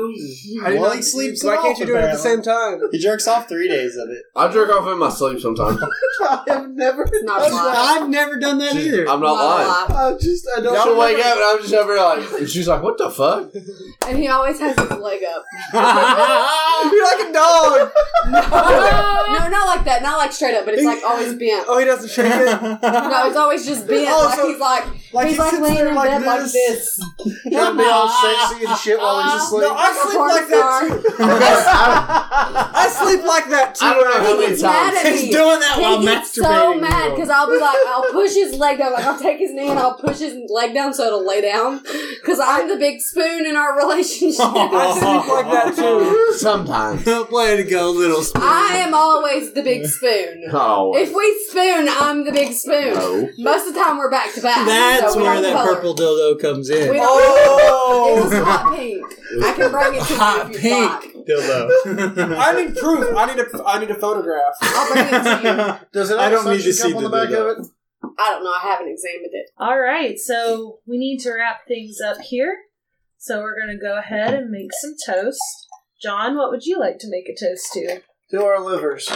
know. I did Well, not- he sleeps Why it can't off, you do it at the same apparently. time? He jerks off three days of it. I jerk off in my sleep sometimes. I have never. It's not a lot. I've never done that either. I'm not lying. Not a lot. I just. I don't. She'll wake up and I'm just over here like, and she's like, "What the fuck?" And he always has his leg up. You're like a dog. Uh. no, not like that. Not like straight up, but it's like always bent. Oh, he doesn't shake it. No, it's always just bent. Oh, like so- he's like, like he's he like sits laying there in like bed like this. this. Gonna be all sexy and shit while he's asleep. No, I sleep Porn like that. Too. I sleep like that too. I don't know how He many gets mad times. at me. He's doing that while He gets so masturbating. mad because I'll be like, I'll push his leg down. Like I'll take his knee and I'll push his leg down so it'll lay down. Because I'm the big spoon in our relationship. Oh, I sleep like that too. Sometimes. Way to go, little spoon. I am always the big spoon. Oh. If we spoon, I'm the big spoon. No. Most of the time, we're back to back. That's so we where don't that color. purple dildo comes in. We don't- It oh, was hot pink. I can bring it to hot you if you'd like. pink dildo. I need proof. I need a. I need a photograph. I'll bring it to you. Does it I have don't a need to suction cup see on the the back dildo. of it? I don't know. I haven't examined it. All right, so we need to wrap things up here. So we're going to go ahead and make some toast. John, what would you like to make a toast to? To our livers.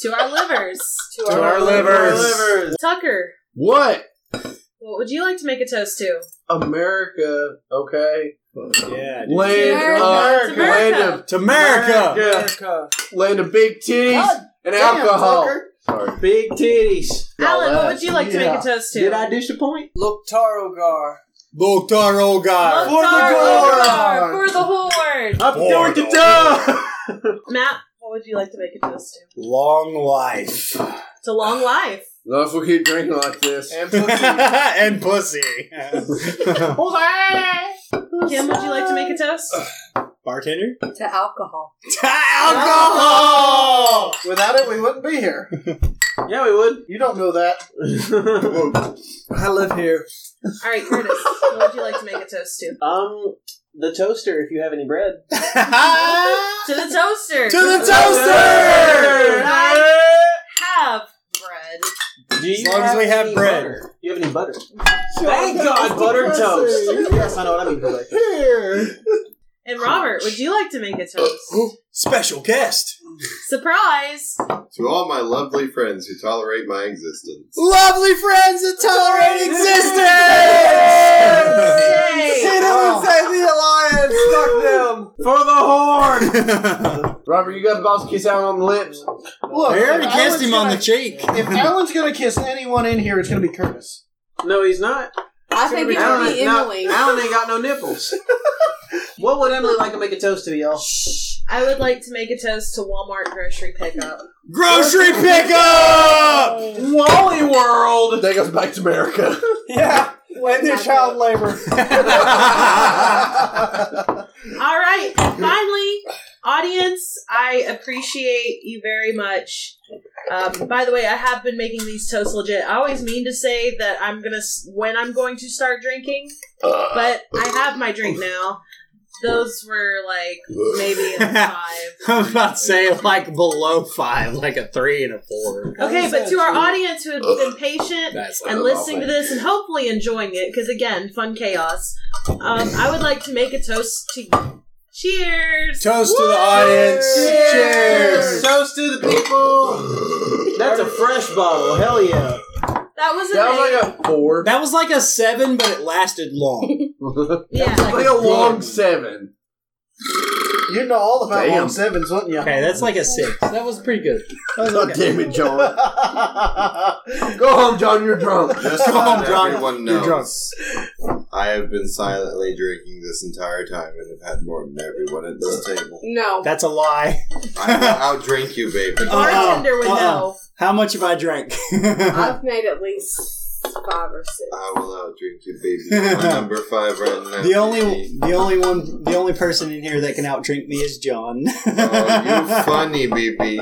To our livers. To our our livers. livers. Tucker, What? what would you like to make a toast to? America, okay? Yeah. dude. Land America. of, It's America. land of, To America. America. America. land of big titties God and damn, alcohol. Tucker. Sorry. Big titties. Alan, what would you like to make Yeah. a toast to? Did I disappoint? Loktarogar. Loktar Ogar. For the the Gorgon! For the horde! Up Boy, north the no. dog! Matt, what would you like to make a toast to? Long life. To long life. Not if we keep drinking like this. And pussy. and pussy. Kim, would you like to make a toast? Bartender? to alcohol. Alcohol! Without it, we wouldn't be here. yeah, we would. You don't know that. I live here. All right, Curtis, what would you like to make a toast to? Um, the toaster, if you have any bread. To the toaster! To the Toaster! toaster! I have bread. Do you As long as we have any bread. butter? Do you have any butter? Thank God, buttered toast. yes, I know what I mean. Like, And Robert, would you like to make a toast? Special guest. Surprise! To all my lovely friends who tolerate my existence. Lovely friends that tolerate Yay! Oh. For the horn! Robert, you got the balls to kiss Alan on the lips. Look, I already if kissed Alan's him on gonna- the cheek. If Alan's gonna kiss anyone in here, it's gonna be Curtis. No, he's not. I think it Alan, would be no, Emily. Alan ain't got no nipples. what would Emily like to make a toast to, y'all? I would like to make a toast to Walmart grocery pickup. Grocery pickup! Wally World! That goes back to America. Yeah, and their child labor. All right, finally, audience, I appreciate you very much. Um, by the way, I have been making these toasts legit. I always mean to say that I'm gonna s- when I'm going to start drinking, but I have my drink now. Those were like maybe a five. I was about to say like below five, like a three and a four. Okay, but to our audience who have been patient That's and listening to this and hopefully enjoying it, because again, fun chaos. Um, I would like to make a toast to. Cheers! Toast to the audience. Cheers. Toast to the people! That's a fresh bottle, hell yeah. That was That was amazing. like a four. That was like a seven, but it lasted long. yeah. Like a long seven. You'd know all about Damn. long sevens, wouldn't you? okay, that's like a six. That was pretty good. God damn it, John. That's Go home, John. You're drunk. Just so Calm that down. everyone You're drunk. knows, I have been silently drinking this entire time and have had more than everyone at this table. No. That's a lie. I will outdrink you, baby. The bartender would Uh-uh. know. How much have I drank? I've made at least five or six. I will outdrink you, baby. I'm number five right now. the only, baby. the only one, the only person in here that can outdrink me is John. Oh, you funny, baby.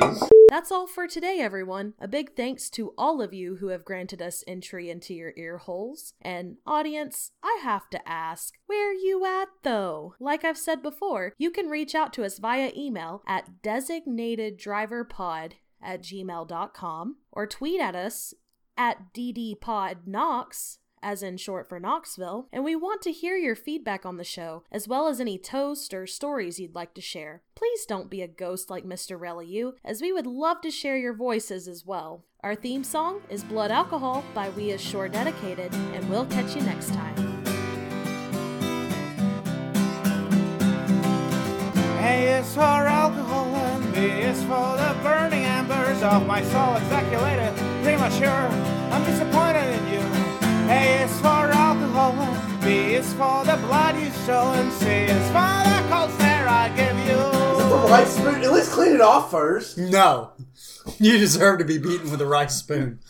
That's all for today, everyone. A big thanks to all of you who have granted us entry into your ear holes. And, audience, I have to ask, where you at though? Like I've said before, you can reach out to us via email at designateddriverpod at gmail.com or tweet at us at ddpodnox as in short for Knoxville, and we want to hear your feedback on the show, as well as any toast or stories you'd like to share. Please don't be a ghost like Mr. Reliu, as we would love to share your voices as well. Our theme song is Blood Alcohol by We Is Shore Dedicated, and we'll catch you next time. A is for alcohol and B is for the burning embers of my soul ejaculated premature. I'm disappointed in you. A is for alcohol and B is for the blood you show and C is for the cold stare I give you. Like, spoon- at least clean it off first. no, you deserve to be beaten with a rice spoon.